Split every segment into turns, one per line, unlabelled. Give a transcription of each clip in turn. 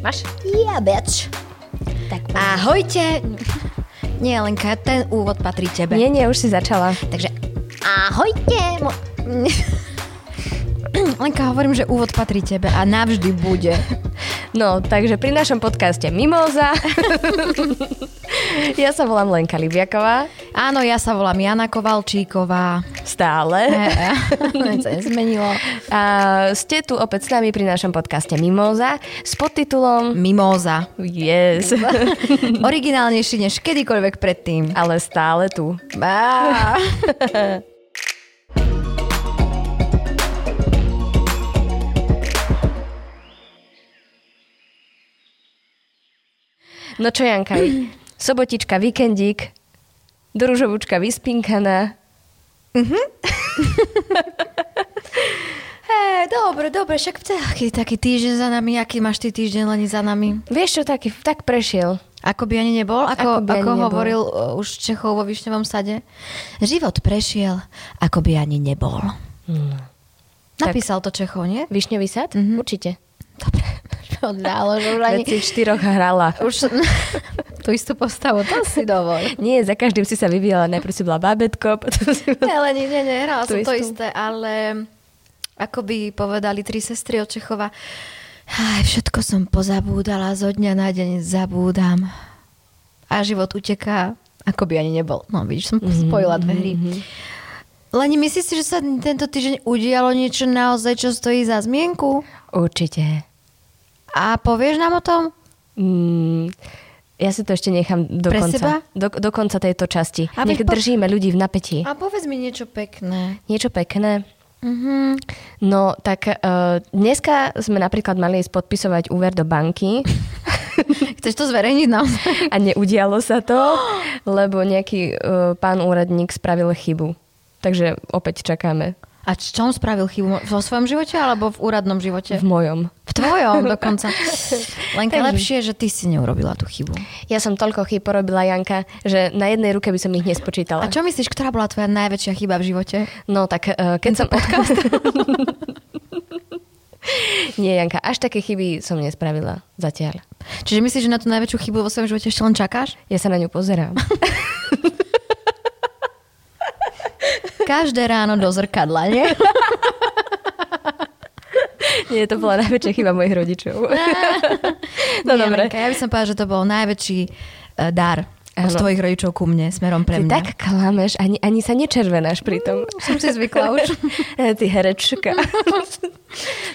Máš?
Yeah, bitch.
Tak.
Ahojte. Nie, Lenka, ten úvod patrí tebe.
Nie, nie, už si začala.
Takže ahojte. Mo- mm, Lenka, hovorím, že úvod patrí tebe a navždy bude.
No, takže pri našom podcaste Mimoza. ja sa volám Lenka Libiaková.
Áno, ja sa volám Jana Kovalčíková.
Stále.
Eh, eh, Nič sa nezmenilo.
A ste tu opäť s nami pri našom podcaste Mimoza s podtitulom
Mimóza.
Yes.
Originálnejší než kedykoľvek predtým.
Ale stále tu.
Á.
No čo, Jankaj? Sobotička, víkendík, družovučka vyspinkaná.
Hej, dobre, dobre, však taký, taký týždeň za nami, aký máš ty týždeň len za nami?
Vieš čo, taký, tak prešiel.
Ako by ani nebol, ako, ako,
Ako by ani
ako
nebol.
hovoril uh, už Čechov vo Višňovom sade. Život prešiel, ako by ani nebol. No.
Tak-
Napísal to Čechov, nie?
Višňový sad?
Mhm.
Určite.
Dobre, oddálo, že už ani...
Veď si v štyroch hrala.
Už tú istú postavu, to si dovol.
Nie, za každým si sa vyvíjala. Najprv si bola bábetko, potom si bola...
Ale nie, nie, nie, hrala
Tú
som to
istú.
isté, ale ako by povedali tri sestry od Čechova, aj všetko som pozabúdala, zo dňa na deň zabúdam. A život uteká, ako by ani nebol. No vidíš, som spojila dve hry. Leni, myslíš si, že sa tento týždeň udialo niečo naozaj, čo stojí za zmienku?
Určite.
A povieš nám o tom?
Mm, ja si to ešte nechám do
Pre
konca.
seba?
Do, do konca tejto časti.
A
Nech
veď po-
držíme ľudí v napätí.
A povedz mi niečo pekné.
Niečo pekné.
Mhm.
No, tak uh, dneska sme napríklad mali ísť podpisovať úver do banky
Chceš to zverejniť naozaj?
a neudialo sa to, lebo nejaký uh, pán úradník spravil chybu. Takže opäť čakáme.
A č- čom spravil chybu? Vo svojom živote alebo v úradnom živote?
V mojom.
V tvojom dokonca. Lenka,
Takže-
lepšie, že ty si neurobila tú chybu.
Ja som toľko chyb porobila, Janka, že na jednej ruke by som ich
A
nespočítala.
čo myslíš, ktorá bola tvoja najväčšia chyba v živote?
No tak eh, keď som podcast... Nie, Janka, až také chyby som nespravila zatiaľ.
Čiže myslíš, že na tú najväčšiu chybu vo svojom živote ešte len čakáš?
Ja sa na ňu pozerám.
Každé ráno do zrkadla, nie?
Nie, to bola najväčšia chyba mojich rodičov. no
Nie,
dobre.
Lenka, ja by som povedala, že to bol najväčší eh, dar od
Áno.
tvojich rodičov ku mne, smerom pre
Ty
mňa. Mm.
tak klameš, ani, ani sa nečervenáš pri tom.
Som si zvykla už.
Ty herečka.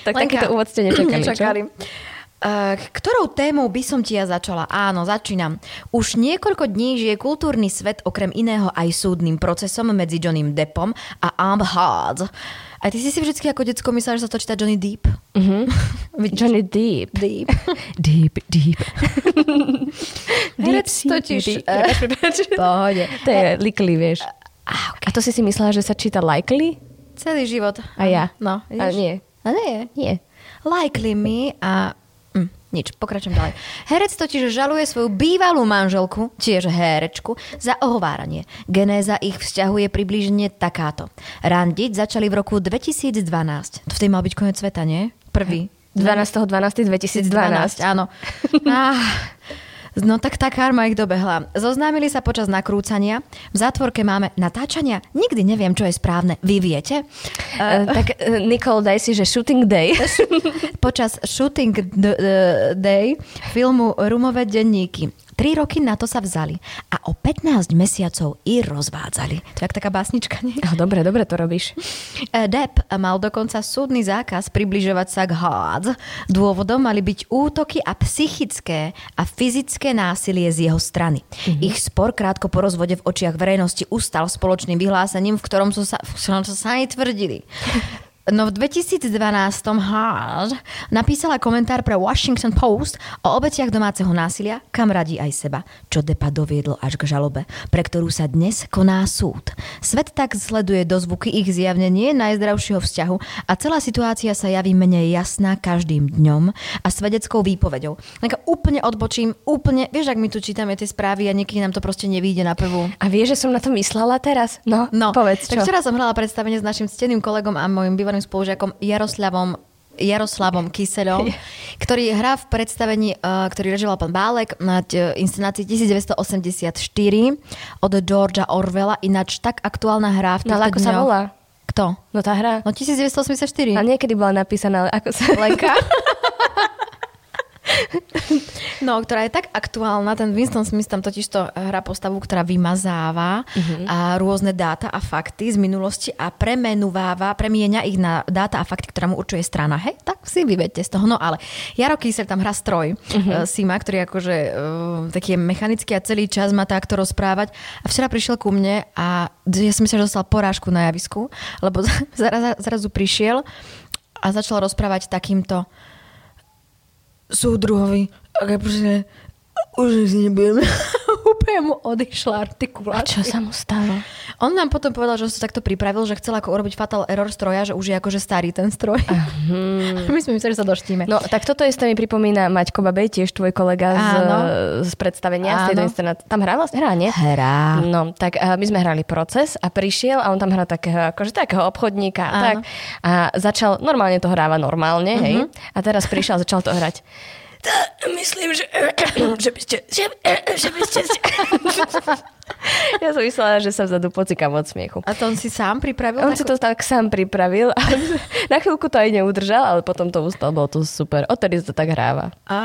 tak takýto úvod ste nečakali,
Nečakali.
čo?
Eh, Ktorou témou by som ti ja začala? Áno, začínam. Už niekoľko dní žije kultúrny svet okrem iného aj súdnym procesom medzi Johnným Deppom a Amber Heard. A ty si si vždy ako detsko myslela, že sa to číta Johnny Deep?
Mhm. Johnny Deep.
Deep.
Deep, deep.
Herec
sea,
totiž,
deep.
eh, v pohode.
To je likely, vieš.
Ah,
A to si si myslela, že sa číta likely?
Celý život.
A ja.
No,
A nie.
A nie.
Nie.
Likely me a... Hm, nič, pokračujem ďalej. Herec totiž žaluje svoju bývalú manželku, tiež herečku, za ohováranie. Genéza ich vzťahu je približne takáto. Randiť začali v roku 2012. To vtedy mal byť koniec sveta, nie? Prvý.
12.12.2012.
áno. Ah, no tak tá karma ich dobehla. Zoznámili sa počas nakrúcania. V zátvorke máme natáčania. Nikdy neviem, čo je správne. Vy viete?
Uh, tak eh, Nicole, daj si, že shooting day.
Počas shooting d- d- day filmu Rumové denníky Tri roky na to sa vzali a o 15 mesiacov i rozvádzali. To je jak taká básnička, nie?
Oh, dobre, dobre to robíš.
E, Depp mal dokonca súdny zákaz približovať sa k Hard. Dôvodom mali byť útoky a psychické a fyzické násilie z jeho strany. Mm-hmm. Ich spor krátko po rozvode v očiach verejnosti ustal spoločným vyhlásením, v ktorom sú sa, v ktorom sú sa aj tvrdili. No v 2012 Hard napísala komentár pre Washington Post o obetiach domáceho násilia, kam radí aj seba, čo Depa doviedlo až k žalobe, pre ktorú sa dnes koná súd. Svet tak sleduje dozvuky ich zjavne nie najzdravšieho vzťahu a celá situácia sa javí menej jasná každým dňom a svedeckou výpovedou. Tak úplne odbočím, úplne, vieš, ak my tu čítame tie správy a niekedy nám to proste nevíde na prvú.
A vieš, že som na to myslela teraz? No,
No,
povedz
tak
čo.
včera som hrala predstavenie s našim steným kolegom a môjim bývalým spolužiakom Jaroslavom Jaroslavom Kyselom, ktorý hrá v predstavení, eh, ktorý režoval pán Bálek na t- inscenácii 1984 od Georgia Orwella, ináč tak aktuálna hra v
No
týchto
ale ako sa
dňoch.
volá?
Kto?
No tá hra.
No 1984.
A niekedy bola napísaná, ale ako sa...
Lenka. No, ktorá je tak aktuálna, ten Winston Smith tam totiž to eh, hrá postavu, ktorá vymazáva a rôzne dáta a fakty z minulosti a premenúváva, premieňa ich na dáta a fakty, ktorá mu určuje strana. Hej, tak si vyvedte z toho. No ale Jaro Kýsel tam hrá stroj uh-huh. Sima, ktorý akože uh, taký je mechanický a celý čas má takto rozprávať. A včera prišiel ku mne a ja som myslela, že dostal porážku na javisku, lebo zara- zrazu prišiel a začal rozprávať takýmto súdruhovi, aké proste už si nebudeme. Úplne mu odišla artikulácia.
Čo sa mu stalo?
On nám potom povedal, že on sa takto pripravil, že chcel ako urobiť fatal error stroja, že už je akože starý ten stroj. My sme mysleli, že sa doštíme.
Mhm. No, tak toto isté mi pripomína Maťko Babej, tiež tvoj kolega z,
Áno.
z predstavenia, z tejto
Áno.
inscenácie. Tam hrá vlastne? Hrá, nie?
Hrá.
No, tak a my sme hrali proces a prišiel a on tam hrá takého, akože takého obchodníka a
Áno.
tak. A začal, normálne to hráva normálne, hej. A teraz prišiel a začal to hrať. Tá, myslím, že, že by ste... Že, že by ste ja som myslela, že sa vzadu pocikám od smiechu.
A to on si sám pripravil?
On si
takú-
to tak sám pripravil a na chvíľku to aj neudržal, ale potom to ustal, bolo to super. Odtedy sa to tak hráva. Mm.
Á,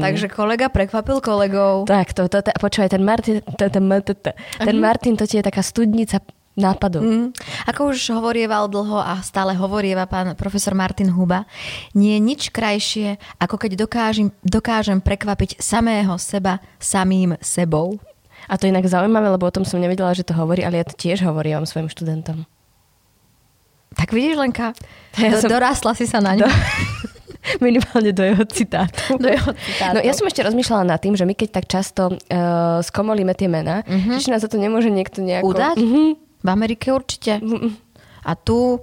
takže kolega prekvapil kolegov.
Tak, to, to, to počúvaj, ten Martin, to, ten, to, to, ten Martin, to ti je taká studnica nápadov.
Mm. Ako už hovorieval dlho a stále hovorieva pán profesor Martin Huba, nie je nič krajšie, ako keď dokážem, dokážem prekvapiť samého seba samým sebou.
A to je inak zaujímavé, lebo o tom som nevedela, že to hovorí, ale ja to tiež hovorím svojim študentom.
Tak vidíš, Lenka,
Ja
do,
som-
dorastla si sa na ňu.
Minimálne do jeho citátu.
Do jeho citátov.
No ja som ešte rozmýšľala nad tým, že my keď tak často uh, skomolíme tie mená, mm-hmm. či nás za to nemôže niekto nejako...
Mhm. Udať?
Mhm.
V Amerike určite.
Mm, mm.
A tu,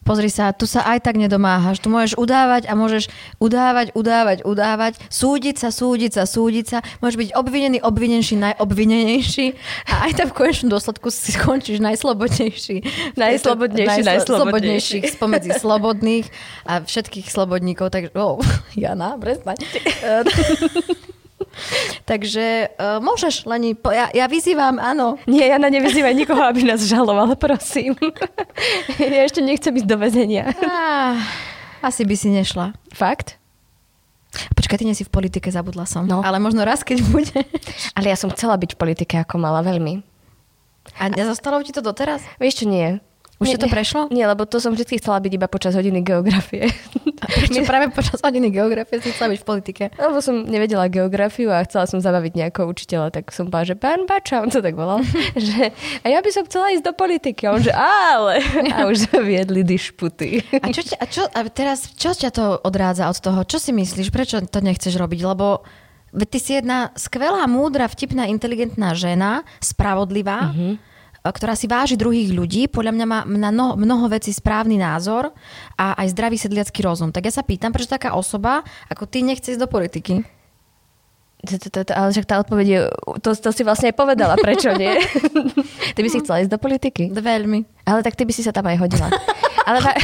pozri sa, tu sa aj tak nedomáhaš. Tu môžeš udávať a môžeš udávať, udávať, udávať, súdiť sa, súdiť sa, súdiť sa. Môžeš byť obvinený, obvinenší, najobvinenejší. A aj tak v konečnom dôsledku si skončíš najslobodnejší.
Najslobodnejší, najslobodnejší.
najslobodnejších spomedzi slobodných a všetkých slobodníkov. Takže, oh, Jana, prestaň. Eh, Takže uh, môžeš, Leni, po, ja, ja vyzývam, áno.
Nie, Jana, nevyzývaj nikoho, aby nás žaloval, prosím. ja ešte nechcem ísť do väzenia.
Á, Ah, asi by si nešla.
Fakt?
Počkaj, ty nie si v politike, zabudla som.
No.
No. Ale možno raz, keď bude.
Ale ja som chcela byť v politike ako mala veľmi.
A nezostalo ti to doteraz?
Vieš čo, nie.
Už
Nie,
ti to
nie.
prešlo?
Nie, lebo to som vždy chcela byť iba počas hodiny geografie.
Prečo práve počas hodiny geografie si chcela byť v politike?
Lebo som nevedela geografiu a chcela som zabaviť nejakého učiteľa, tak som povedala, že pán Bača, on sa tak volal, že a ja by som chcela ísť do politiky. A on, že ale. A už sa viedli dišputy.
A, čo ťa, a, čo, a teraz, čo ťa to odrádza od toho? Čo si myslíš? Prečo to nechceš robiť? Lebo veď ty si jedna skvelá, múdra, vtipná, inteligentná žena, spravodlivá, mm-hmm. ktorá si váži druhých ľudí. Podľa mňa má na mnoho, mnoho vecí správny názor a aj zdravý sedliacký rozum. Tak ja sa pýtam, prečo taká osoba ako ty nechce ísť do politiky?
To, to, to, to, ale však tá odpoveď je, to, to si vlastne aj povedala, prečo nie? Ty by si chcela ísť do politiky?
Veľmi.
Ale tak ty by si sa tam aj hodila. Ale, va-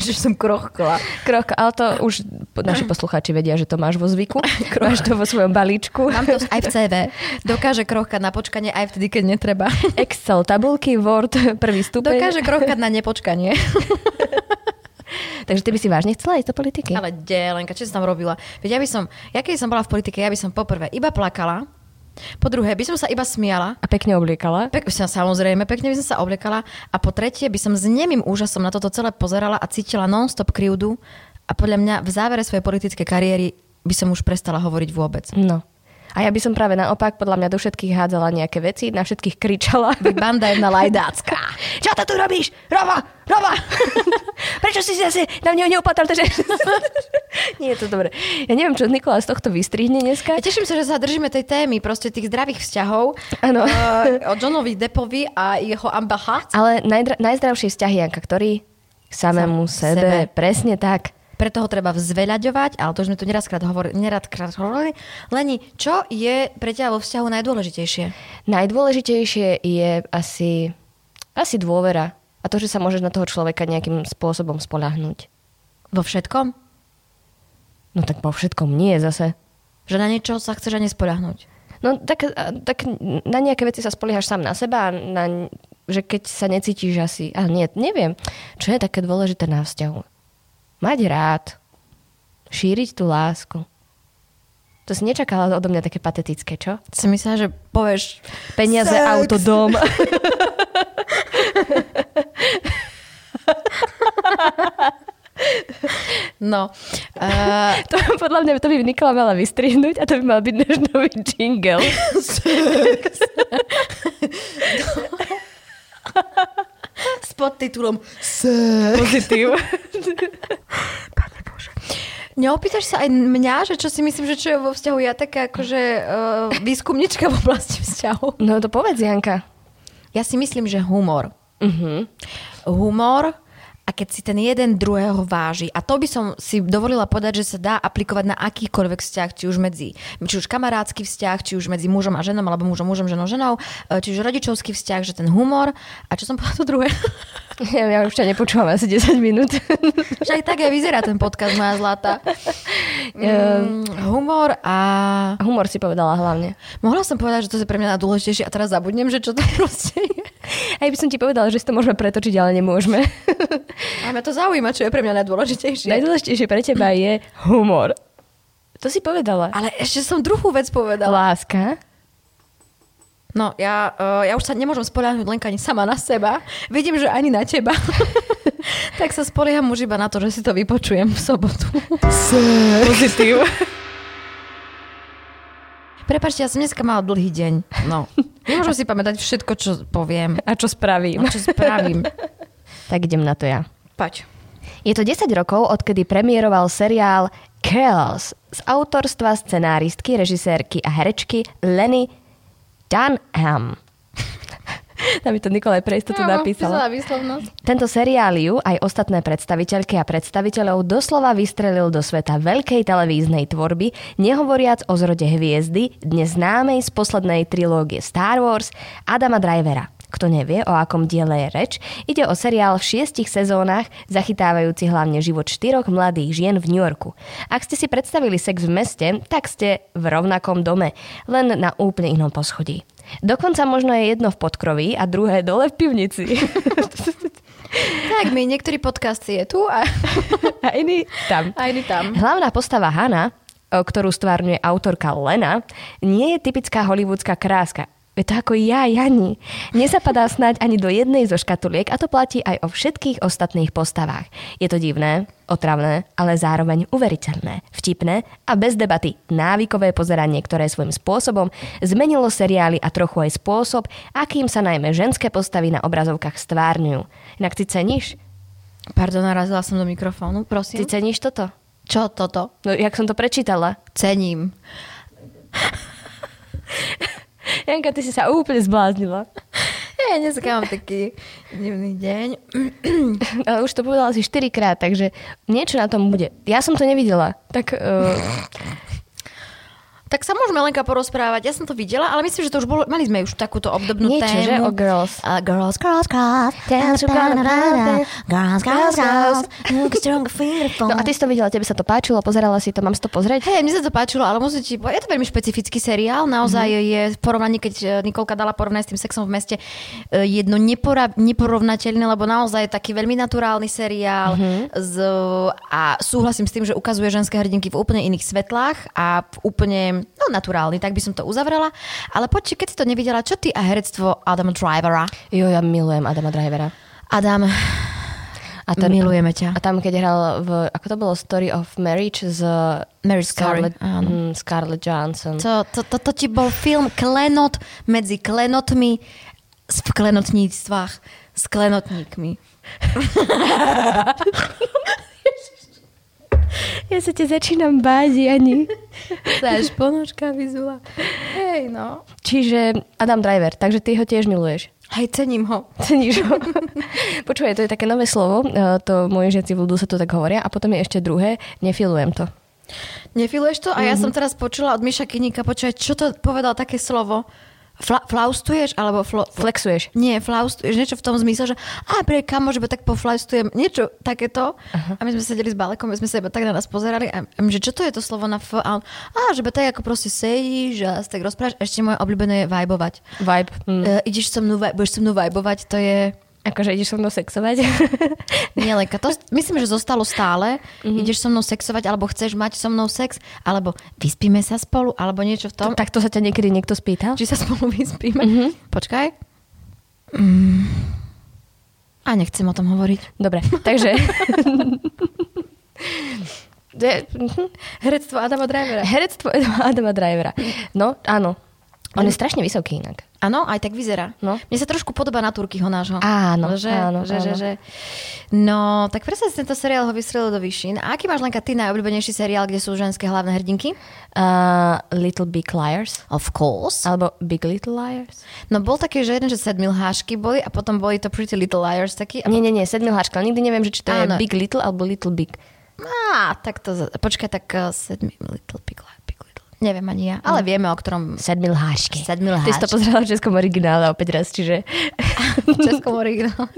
Že som krochkla.
krok, ale to už po- naši poslucháči vedia, že to máš vo zvyku. Máš to vo svojom balíčku.
Mám to aj v CV. Dokáže krochkať na počkanie aj vtedy, keď netreba.
Excel, tabulky, Word, prvý stupeň.
Dokáže krochkať na nepočkanie.
Takže ty by si vážne chcela ísť do politiky?
Ale delenka, čo si tam robila? Veď ja by som, ja keď som bola v politike, ja by som poprvé iba plakala, po druhé by som sa iba smiala,
A pekne obliekala.
Pek, sa- samozrejme, pekne by som sa oblekala a po tretie by som s nemým úžasom na toto celé pozerala a cítila non-stop krivdu a podľa mňa v závere svojej politickej kariéry by som už prestala hovoriť vôbec.
No. A ja by som práve naopak, podľa mňa, do všetkých hádzala nejaké veci, na všetkých kričala.
Banda jedna lajdácka.
Čo to tu robíš? Rova! Rova! Prečo si zase na mňa neopatral? Takže... Nie je to dobré. Ja neviem, čo Nikola z tohto vystrihne dneska.
Ja teším sa, že sa držíme tej témy, proste tých zdravých vzťahov.
Áno.
Eh, o Johnovi Depovi a jeho ambaha.
Ale najdra- najzdravší vzťah je Janka, ktorý? K samému
Sam- sebe.
sebe. Presne tak.
Preto ho treba vzveľaďovať, ale to už sme tu nerazkrát hovorili. Neradkrát hovorili. Leni, čo je pre ťa vo vzťahu najdôležitejšie?
Najdôležitejšie je asi, asi dôvera. A to, že sa môžeš na toho človeka nejakým spôsobom spolahnuť.
Vo všetkom?
No tak po všetkom nie zase.
Že na niečo sa chceš ani spoľahnúť.
No tak, a- tak na nejaké veci sa spoliehaš sám na seba, a na, že keď sa necítiš asi... A nie, neviem, čo je také dôležité na vzťahu. Mať rád, šíriť tú lásku. To si nečakala odo mňa také patetické, čo?
Si myslela, že povieš...
Peniaze,
Sex.
auto, dom.
No. Uh,
To podľa mňa to by Nikola mala vystrihnúť a to by mal byť náš nový jingle.
s podtitulom Sex.
Pozitív.
Neopýtaš sa aj mňa, že čo si myslím, že čo je vo vzťahu ja taká akože uh, výskumnička v oblasti vzťahov.
No to povedz, Janka.
Ja si myslím, že humor.
Uh-huh.
Humor a keď si ten jeden druhého váži. A to by som si dovolila povedať, že sa dá aplikovať na akýkoľvek vzťah, či už medzi, či už kamarátsky vzťah, či už medzi mužom a ženom, alebo mužom, mužom, ženou, ženou, e, či už rodičovský vzťah, že ten humor. A čo som povedala to druhé?
Ja, ja už ťa nepočúvam asi 10 minút.
Že aj tak aj vyzerá ten podcast, moja zlata. Mm, humor a
Humor si povedala hlavne.
Mohla som povedať, že to je pre mňa najdôležitejšie a teraz zabudnem, že čo to proste je.
Aj by som ti povedala, že si to môžeme pretočiť, ale nemôžeme.
A mňa to zaujíma, čo je pre mňa najdôležitejšie.
Najdôležitejšie pre teba je humor. To si povedala.
Ale ešte som druhú vec povedala.
Láska.
No, ja, uh, ja už sa nemôžem spoliahnuť len ani sama na seba. Vidím, že ani na teba. tak sa spolieham už iba na to, že si to vypočujem v sobotu.
Pozitív.
Prepačte, ja som dneska mala dlhý deň. No. Nemôžem si pamätať všetko, čo poviem.
A čo spravím?
No, čo spravím.
Tak idem na to ja.
Pač.
Je to 10 rokov, odkedy premiéroval seriál Girls z autorstva scenáristky, režisérky a herečky Lenny Dunham. Tam by to Nikolaj pre istotu napísala.
výslovnosť.
Tento seriál ju aj ostatné predstaviteľky a predstaviteľov doslova vystrelil do sveta veľkej televíznej tvorby, nehovoriac o zrode hviezdy, dnes známej z poslednej trilógie Star Wars, Adama Drivera. Kto nevie, o akom diele je reč, ide o seriál v šiestich sezónach, zachytávajúci hlavne život štyroch mladých žien v New Yorku. Ak ste si predstavili sex v meste, tak ste v rovnakom dome, len na úplne inom poschodí. Dokonca možno je jedno v podkroví a druhé dole v pivnici.
Tak mi niektorý podcast je tu a,
A iný tam.
a iný tam.
Hlavná postava Hana, o ktorú stvárňuje autorka Lena, nie je typická hollywoodská kráska. Je to ako ja, Jani. Nezapadá snáď ani do jednej zo škatuliek a to platí aj o všetkých ostatných postavách. Je to divné, otravné, ale zároveň uveriteľné, vtipné a bez debaty návykové pozeranie, ktoré svojím spôsobom zmenilo seriály a trochu aj spôsob, akým sa najmä ženské postavy na obrazovkách stvárňujú. Inak ty ceníš?
Pardon, narazila som do mikrofónu, prosím.
Ty ceníš toto?
Čo toto?
No, jak som to prečítala.
Cením.
Janka, ty si sa úplne zbláznila.
Ja dneska mám taký divný deň.
Ale už to povedala asi 4 krát, takže niečo na tom bude. Ja som to nevidela. Tak uh,
Tak sa môžeme Lenka porozprávať. Ja som to videla, ale myslím, že to už bolo, mali sme už takúto obdobnú
niečo,
tému.
že? O girls.
Uh, girls, girls, girls, dance,
Dance with
ba- ba-
girls.
ba- girls, girls, girls, look strong, beautiful.
No a ty si to videla, tebe sa to páčilo, pozerala si to, mám si to pozrieť?
Hej, mne sa to páčilo, ale musím ti povedať, je to veľmi špecifický seriál, naozaj
Mhm.
mm-hmm. je v porovnaní, keď e, Nikolka dala porovnať s tým sexom v meste, e, jedno nepora- neporovnateľné, lebo naozaj je taký veľmi naturálny seriál
Mhm.
mm-hmm. z, a súhlasím s tým, že ukazuje ženské hrdinky v úplne iných svetlách a v úplne no, naturálny, tak by som to uzavrela. Ale poďte, keď si to nevidela, čo ty a herectvo Adama Drivera?
Jo, ja milujem Adama Drivera.
Adam,
A
milujeme ťa.
A tam, keď hral v, ako to bolo, Story of Marriage z
Marriage Story,
Scarlett,
áno.
mm, Scarlett Johansson.
To, Mm-hmm. to, to, to ti bol film Klenot medzi klenotmi s- v klenotníctvách s klenotníkmi.
Ja sa te začínam báť, Jani.
Sáš, ponožka vyzula. Hej, no.
Čiže Adam Driver, takže ty ho tiež miluješ.
Hej, cením ho.
Ceníš ho. Počúvaj, to je také nové slovo, e, to moji žiaci v ľudu sa to tak hovoria. A potom je ešte druhé, nefilujem to.
Nefiluješ to? A ja som teraz počula od Miša Kiníka, počúvať, čo to povedal také slovo, Fla- flaustuješ alebo flo-
Flexuješ.
nie, flaustuješ, niečo v tom zmysle, že a pre kamoš, bo tak poflaustujem, niečo takéto. A my sme sedeli s balekom, my sme sa iba tak na nás pozerali a, a my, že čo to je to slovo na F? A on, a že iba tak ako proste sedíš a sa tak rozprávaš. Ešte moje obľúbené je vibovať.
Vibe. Mm.
E, ideš so mnou, vi- budeš so mnou vibovať, to je...
Akože ideš so mnou sexovať.
Nie, Lenka, to myslím, že zostalo stále.
Mhm.
Mm-hmm. Ideš so mnou sexovať, alebo chceš mať so mnou sex, alebo vyspíme sa spolu, alebo niečo v tom.
tak Mhm. to sa ťa niekedy niekto spýtal?
Či sa spolu vyspíme? Mm-hmm. Počkaj. Mm. A nechcem o tom hovoriť.
Dobre, takže... Je- mhm.
Herectvo Adama Drivera.
Herectvo Adama Drivera. No, áno. On je strašne vysoký inak.
Áno, aj tak vyzerá.
No.
Mne sa trošku podobá na Turkyho nášho.
Áno,
že,
áno,
že, Že,
áno.
že. No, tak presne si tento seriál ho vystrelil do výšin. A aký máš, Lenka, ty najobľúbenejší seriál, kde sú ženské hlavné hrdinky?
Uh, little Big Liars.
Of course.
Alebo Big Little Liars.
No bol taký, že jeden, že sedmilhášky boli a potom boli to Pretty Little Liars taký. A
Nie, nie, nie, sedmilháčka. ale Nikdy neviem, že či to
Áno.
je Big Little alebo Little Big.
Á, No, tak to... za- Počkaj, tak uh, sedmi... Little Big Lies, Big Little. Neviem ani ja, ale vieme, o ktorom...
Sedmilháčky.
Sedmilháčky.
No. Ty si to pozerala v českom originále opäť raz, čiže...
Českom originále.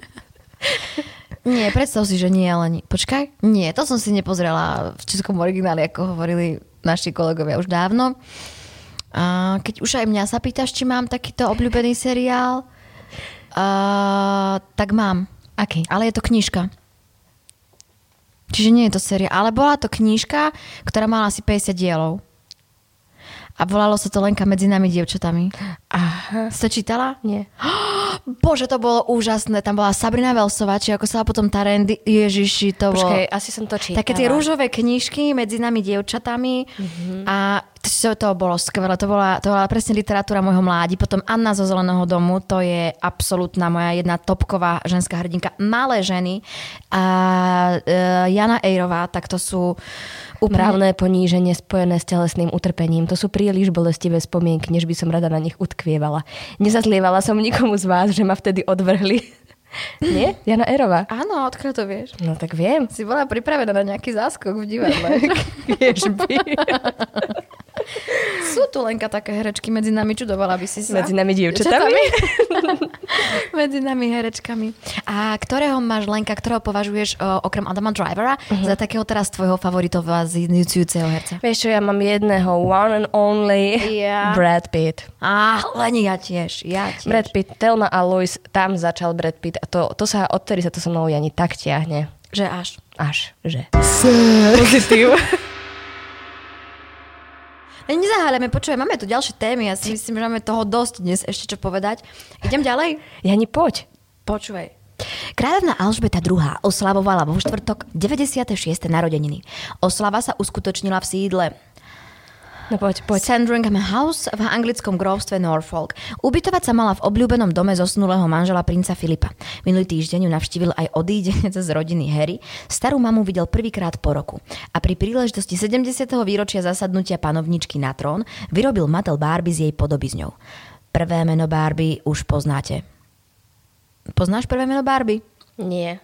Nie, predstav si, že nie, ale nie. Počkaj, nie, to som si nepozrela v českom origináli, ako hovorili naši kolegovia už dávno. A keď už aj mňa sa pýtaš, či mám takýto obľúbený seriál, a, tak mám.
Aký?
Ale je to knižka. Čiže nie je to séria. Ale bola to knižka, ktorá mala asi 50 dielov. A volalo sa to Lenka medzi nami dievčatami.
Aha.
Si to čítala?
Nie.
Bože, to bolo úžasné. Tam bola Sabrina Velsová, či ako sa volá potom Tarendy. Ježiši, to bolo...
Počkaj, asi som to čítala.
Také tie rúžové knižky medzi nami dievčatami mm-hmm. a to, to bolo skvelé, to bola, to bola presne literatúra môjho mládi. Potom Anna zo Zeleného domu, to je absolútna moja jedna topková ženská hrdinka. Malé ženy a e, Jana Ejrová, tak to sú úplne...
Mravné poníženie spojené s telesným utrpením, to sú príliš bolestivé spomienky, než by som rada na nich utkvievala. Nezazlievala som nikomu z vás, že ma vtedy odvrhli. Nie? Jana Erová.
Áno, odkiaľ to vieš?
No tak viem.
Si bola pripravená na nejaký záskok v divadle.
Vieš by.
sú tu Lenka také herečky medzi nami, čudovala by si sa.
Medzi nami dievčatami.
Medzi nami herečkami. A ktorého máš, Lenka, ktorého považuješ o, okrem Adama Drivera uh-huh. za takého teraz tvojho favoritova z iniciujúceho herca?
Vieš čo, ja mám jedného, one and only,
Ja.
Brad Pitt.
Á, len ja tiež, ja tiež.
Brad Pitt, Telma a Lois, tam začal Brad Pitt a to, to sa, odtedy sa to so mnou ani tak ťahne.
Že až.
Až, že. Pozitív.
Ne, Nezaháľame, počujem, máme tu ďalšie témy, ja si myslím, že máme toho dosť dnes ešte čo povedať. Idem ďalej?
Jani, poď.
Počúvaj. Kráľovna Alžbeta II. oslavovala vo štvrtok 96. narodeniny. Oslava sa uskutočnila v sídle
No poď, poď.
Sandringham House v anglickom grovstve Norfolk. Ubytovať sa mala v obľúbenom dome zosnulého manžela princa Filipa. Minulý týždeň ju navštívil aj odídenec z rodiny Harry. Starú mamu videl prvýkrát po roku. A pri príležitosti 70. výročia zasadnutia panovničky na trón vyrobil Mattel Barbie z jej podobizňou. Prvé meno Barbie už poznáte. Poznáš prvé meno Barbie?
Nie.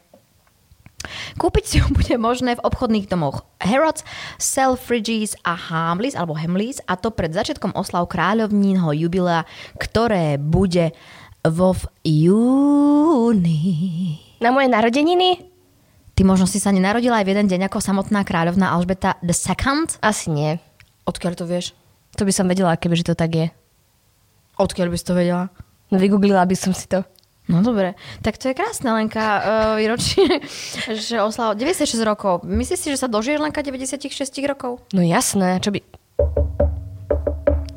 Kúpiť si ho bude možné v obchodných domoch Harrods, Selfridges a Hamleys, alebo Hamleys, a to pred začiatkom oslav kráľovnínho jubilea, ktoré bude vo v júni.
Na moje narodeniny?
Ty možno si sa nenarodila aj v jeden deň ako samotná kráľovná Alžbeta II?
Asi nie.
Odkiaľ to vieš?
To by som vedela, kebyže to tak je.
Odkiaľ by si to vedela?
No vygooglila by som si to.
No dobre, tak to je krásne, Lenka, uh, výročie, že oslava 96 rokov. Myslíš si, že sa dožiješ Lenka 96 rokov?
No jasné, čo by...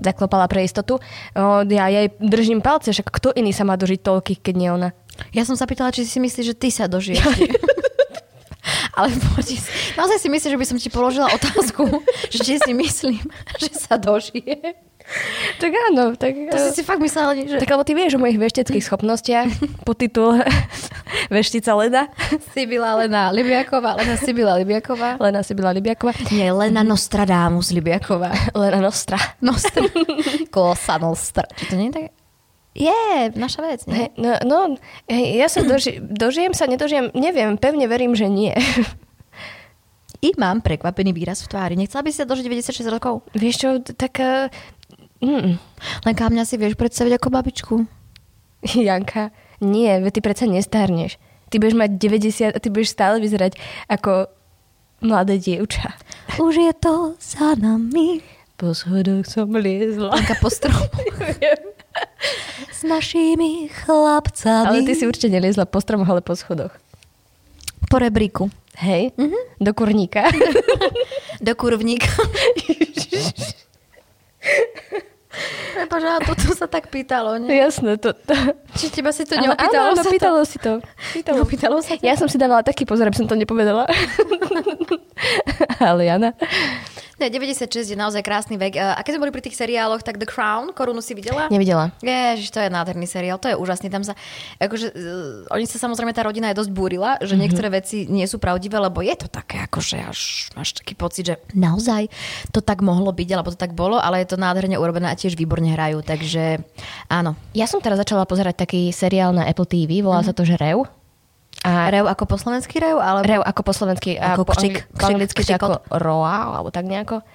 Zaklopala pre istotu. O, ja jej držím palce, však kto iný sa má dožiť toľkých, keď nie ona?
Ja som sa pýtala, či si myslíš, že ty sa dožiješ. Ale poď, naozaj si myslíš, že by som ti položila otázku, že či si myslím, že sa dožije.
Tak áno, tak...
To si si fakt myslela, že
Tak lebo ty vieš o mojich vešteckých schopnostiach, podtitul Veštica Leda,
Sibila Lena Libiaková, Lena Sibila Libiaková. Mhm.
Lena Sibila Libiakova,
Nie, Lena Nostradamus Libiaková.
Lena Nostra.
Nostr. Kosa Nostr. Či to nie je tak? Je, naša vec, nie?
Hej, no, no hej, ja sa doži- dožijem sa, nedožijem, neviem, pevne verím, že nie.
I mám prekvapený výraz v tvári. Nechcela by si sa dožiť 96 rokov?
Vieš čo, tak eh, Mm.
Len kámňa si vieš predstaviť ako babičku.
Janka, nie, veď ty predsa nestárneš. Ty budeš mať 90 a ty budeš stále vyzerať ako mladé dievča.
Už je to za nami.
Po schodoch som liezla.
Taká po stromu. S našimi chlapcami.
Ale ty si určite neliezla po stromoch, ale po schodoch.
Po rebríku.
Hej? Do kurníka.
Do kurvníka. Prebože, a toto sa tak pýtalo, nie?
Jasné, to... to.
Či teba si to
Áno,
neopýtalo?
áno,
sa
pýtalo si to.
to? Neopýtalo sa to?
Ja som si dávala taký pozor, aby som to nepovedala. ale Jana.
Ne, 96 je naozaj krásny vek. E, A keď sme boli pri tých seriáloch, tak The Crown, Korunu si videla?
Nevidela.
Ježiš, to je nádherný seriál, to je úžasný. Tam sa, akože, uh, oni sa samozrejme, tá rodina je dosť búrila, že mm-hmm. niektoré veci nie sú pravdivé, lebo je to také, akože až máš taký pocit, že naozaj to tak mohlo byť, alebo to tak bolo, ale je to nádherne urobené a tiež výborne hrajú, takže áno.
Ja som teraz začala pozerať taký seriál na Apple TV, volá sa to, že Rev. A
Rev ako po slovensky rev, ale...
Rev ako po slovensky, a
Ako
po,
křik,
angli- po anglicky to
křik,
ako Roa, alebo tak nejako.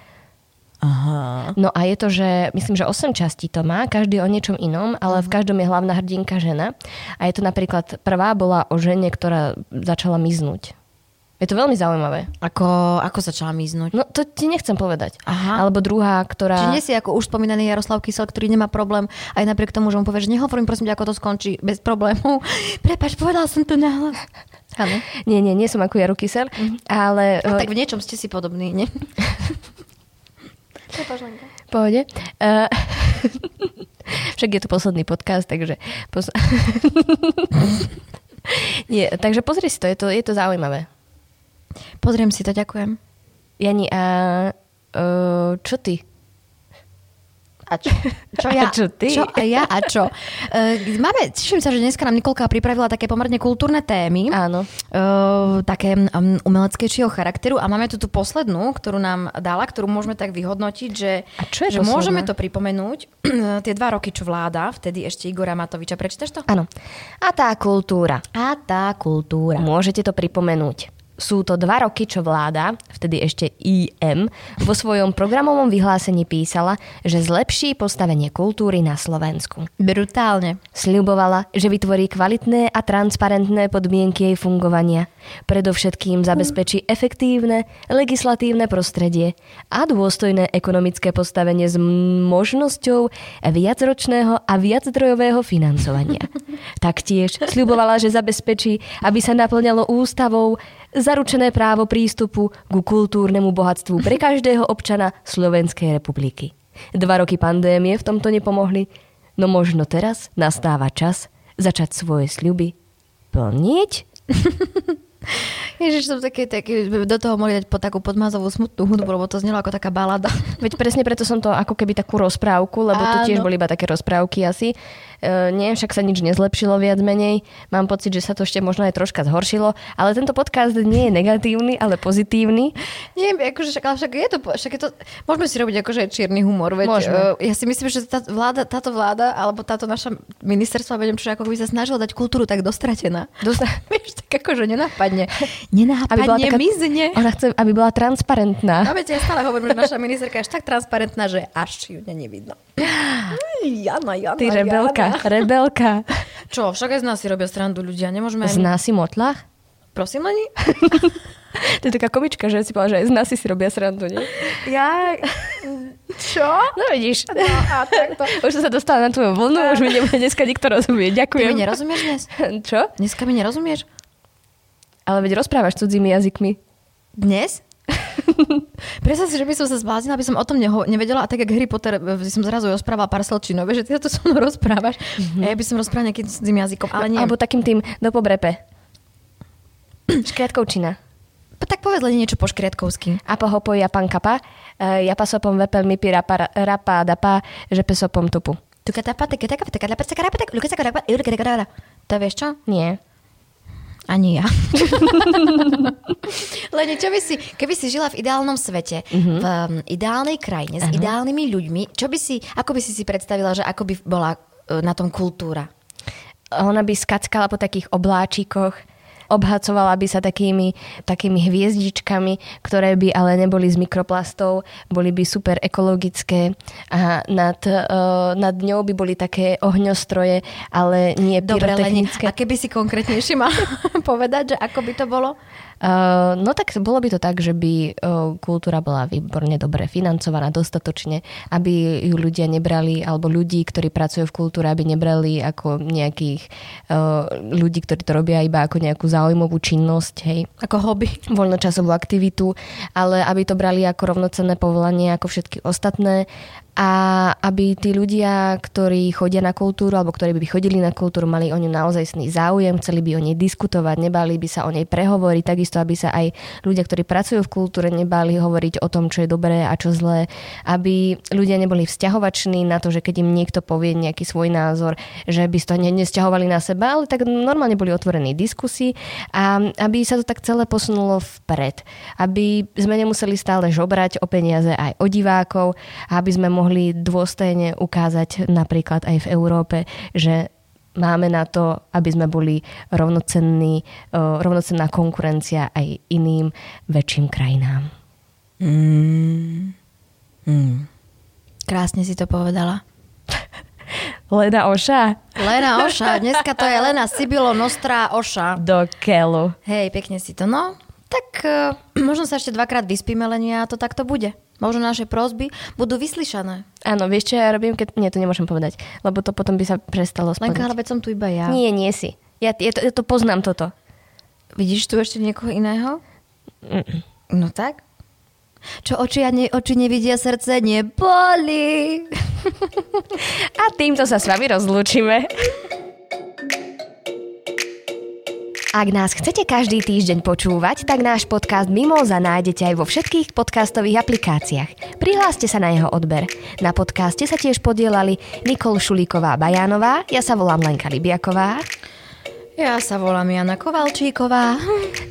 Aha.
No a je to, že myslím, že 8 častí to má, každý o niečom inom, ale v každom je hlavná hrdinka žena. A je to napríklad, prvá bola o žene, ktorá začala miznúť. Je to veľmi zaujímavé.
Ako, ako začala miznúť?
No to ti nechcem povedať.
Aha.
Alebo druhá, ktorá...
Čiže nie si ako už spomínaný Jaroslav Kysel, ktorý nemá problém aj napriek tomu, že mu povieš, nehovorím prosím ťa, ako to skončí bez problémov. Prepač, povedal som to nahlas. Áno. Mhm.
nie, nie, nie som ako Jaro Kysel, ale...
A
eh,
tak v niečom ste si podobní, nie?
Pohode. Uh, však je to posledný podcast, takže... Pos- Nie, takže pozri si to, je to, je to zaujímavé.
Pozriem si to, ďakujem.
Jani, a uh, čo ty?
A čo? Čo
A
ja?
čo ty?
Čo a ja a čo? Uh, máme, teším sa, že dneska nám Nikolka pripravila také pomerne kultúrne témy.
Áno.
Uh, také um, umeleckejšieho charakteru a máme tu tú poslednú, ktorú nám dala, ktorú môžeme tak vyhodnotiť, že,
A čo
že
je posledná?
môžeme to pripomenúť. tie dva roky, čo vláda, vtedy ešte Igora Matoviča. Prečítaš to?
Áno. A tá kultúra.
A tá kultúra.
Môžete to pripomenúť. Sú to dva roky, čo vláda, vtedy ešte IM, vo svojom programovom vyhlásení písala, že zlepší postavenie kultúry na Slovensku.
Brutálne.
Sľubovala, že vytvorí kvalitné a transparentné podmienky jej fungovania. Predovšetkým zabezpečí efektívne legislatívne prostredie a dôstojné ekonomické postavenie s m- možnosťou viacročného a viacdrojového financovania. Taktiež sľubovala, že zabezpečí, aby sa naplňalo ústavou zaručené právo prístupu ku kultúrnemu bohatstvu pre každého občana Slovenskej republiky. Dva roky pandémie v tomto nepomohli, No možno teraz nastáva čas začať svoje sľuby plniť?
Ježiš, som také, také, do toho mohli dať po takú podmazovú smutnú hudbu, lebo to znelo ako taká balada.
Veď presne preto som to ako keby takú rozprávku, lebo to
Áno.
tiež boli iba také rozprávky asi. E, nie, však sa nič nezlepšilo viac menej. Mám pocit, že sa to ešte možno aj troška zhoršilo, ale tento podcast nie je negatívny, ale pozitívny.
Nie, akože však, ale však je to, po- však je to, môžeme si robiť akože čierny humor, veď,
Môžeme.
eh, ja si myslím, že tá vláda, táto vláda, alebo táto naša ministerstva, vedem čo, ako by sa snažila dať kultúru tak dostratená.
Dostá-
Vieš, tak akože nenápadne. Nenápadne, mizne.
Ona chce, aby bola
A
transparentná.
No, viete, ja stále hovorím, že naša ministerka je až tak transparentná, že až ju není vidno. Ej, Jana, Jana,
Ty rebelka,
Jana.
rebelka.
Čo, však aj z nás si robia strandu ľudia, nemôžeme... aj
Z
my-
nás si motlách?
Prosím, Leni?
To je taká komička, že si povedala, že aj z nás si robia srandu, nie?
Ja... Čo?
No vidíš.
No a takto.
Už som sa dostala na tvoju vlnu, už mi nebude dneska nikto rozumieť.
Ty
Ďakujem.
mi nerozumieš dnes?
Čo?
Dneska mi nerozumieš?
Ale veď rozprávaš cudzími jazykmi.
Dnes? Predstav si, že by som sa zbláznila, aby som o tom neho- nevedela a tak, jak Harry Potter, e, som zrazu rozprávala pár slov čínov, vieš, že ty sa to so mnou rozprávaš mm-hmm. a ja by som rozprávala nejakým cudzým jazykom, ale nie.
Alebo takým tým do pobrepe. Škriatkovčina.
P- tak povedz len niečo po škriatkovsky.
A po hopo ja pan kapa, e, ja pasopom vepel mi pi rapa, rapa dapa, že pesopom tupu.
To vieš čo?
Nie.
Ani ja. Lene, čo by si, keby si žila v ideálnom svete, mm-hmm. v um, ideálnej krajine, s uh-huh. ideálnymi ľuďmi, čo by si, ako by si si predstavila, že ako by bola e, na tom kultúra?
Ona by skackala po takých obláčikoch. obhacovala by sa takými, takými hviezdičkami, ktoré by ale neboli z mikroplastov, boli by super ekologické a nad, uh, nad ňou by boli také ohňostroje, ale nie
Dobre, Leni,
pyrotechnické.
a keby si konkrétnejšie mala povedať, že ako by to bolo?
Uh, no tak bolo by to tak, že by uh, kultúra bola výborne dobre financovaná dostatočne, aby ju ľudia nebrali, alebo ľudí, ktorí pracujú v kultúre, aby nebrali ako nejakých uh, ľudí, ktorí to robia iba ako nejakú záujmovú činnosť, hej
Ako hobby.
voľnočasovú aktivitu, ale aby to brali ako rovnocenné povolanie ako všetky ostatné a aby tí ľudia, ktorí chodia na kultúru alebo ktorí by chodili na kultúru, mali o ňu naozaj sný záujem, chceli by o nej diskutovať, nebali by sa o nej prehovoriť, takisto aby sa aj ľudia, ktorí pracujú v kultúre, nebali hovoriť o tom, čo je dobré a čo zlé, aby ľudia neboli vzťahovační na to, že keď im niekto povie nejaký svoj názor, že by si to ne- nesťahovali na seba, ale tak normálne boli otvorení diskusii a aby sa to tak celé posunulo vpred. Aby sme nemuseli stále žobrať o peniaze aj o divákov a aby sme mohli dôstojne ukázať napríklad aj v Európe, že máme na to, aby sme boli rovnocenní, eh, rovnocenná konkurencia aj iným väčším krajinám.
Krásne si to povedala.
Leda Oša
Lena Oša, dneska to je Lena Sibilo Nostra Oša.
do Kelu.
Hej, pekne si to. No, tak uh, možno sa ešte dvakrát vyspíme, Lenia, a to takto bude. Možno naše prosby budú vyslyšané.
Áno, vieš, čo ja robím, keď... Nie, to nemôžem povedať, lebo to potom by sa prestalo
Lenka,
splniť.
ale veď som tu iba ja.
Nie, nie si. Ja, ja, to, ja to poznám toto.
Vidíš tu ešte niekoho iného? No tak. Čo oči, a ne, oči nevidia, srdce neboli.
A týmto sa s vami rozlúčime. Ak nás chcete každý týždeň počúvať, tak náš podcast Mimoza nájdete aj vo všetkých podcastových aplikáciách. Prihláste sa na jeho odber. Na podcaste sa tiež podielali Nikol Šulíková-Bajánová, ja sa volám Lenka Libiaková.
Ja sa volám Jana Kovalčíková.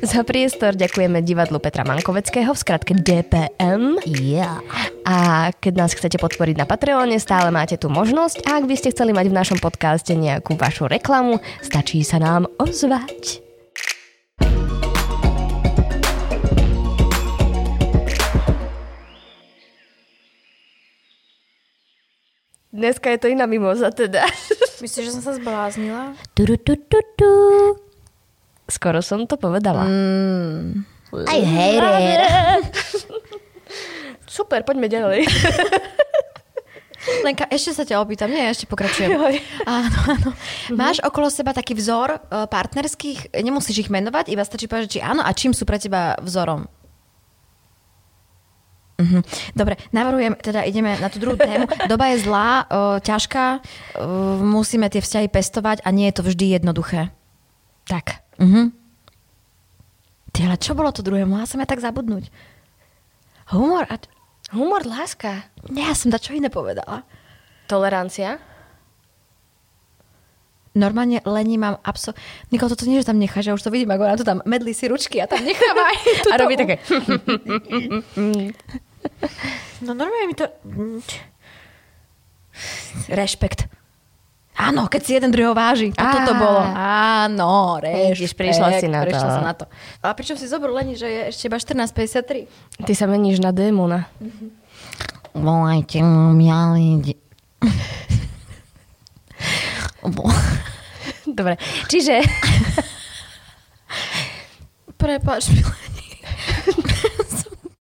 Za priestor ďakujeme divadlu Petra Mankoveckého v skratke DPM.
Yeah.
A keď nás chcete podporiť na Patreone, stále máte tú možnosť a ak by ste chceli mať v našom podcaste nejakú vašu reklamu, stačí sa nám ozvať. Dneska je to iná mimoza teda.
Myslíš, že som sa zbláznila?
Tu, tu, tu, tu, tu. Skoro som to povedala.
I hate it.
Super, poďme ďalej.
Lenka, ešte sa ťa opýtam, nie, ešte pokračujem.
Joj.
Áno, áno. Máš okolo seba taký vzor e, partnerských, nemusíš ich menovať, iba stačí povedať, či áno a čím sú pre teba vzorom? Mhm. Dobre, navrhujem, teda ideme na tú druhú tému. Doba je zlá, e, ťažká, e, musíme tie vzťahy pestovať a nie je to vždy jednoduché.
tak.
Mhm. Ty, ale čo bolo to druhé? Mohla som ja tak zabudnúť. Humor a...
Humor, láska.
Ne, ja som dačo iné povedala.
Tolerancia.
Normálne Leni mám absol... Nikol, toto nie, že tam necháš, ja už to vidím, ako ona to tam medlí si ručky a tam necháva aj
A robí také.
No normálne mi to... Rešpekt. Áno, keď si jeden druhého váži. Toto to
Á.
bolo. Áno, rešpekt.
Vidíš, prišla si na to.
Prišla som na to. A pričom si zobral Leni, že je ešte iba 14.53.
Ty sa meníš na démona.
Volajte mu miali...
Dobre, čiže...
Prepač, milé.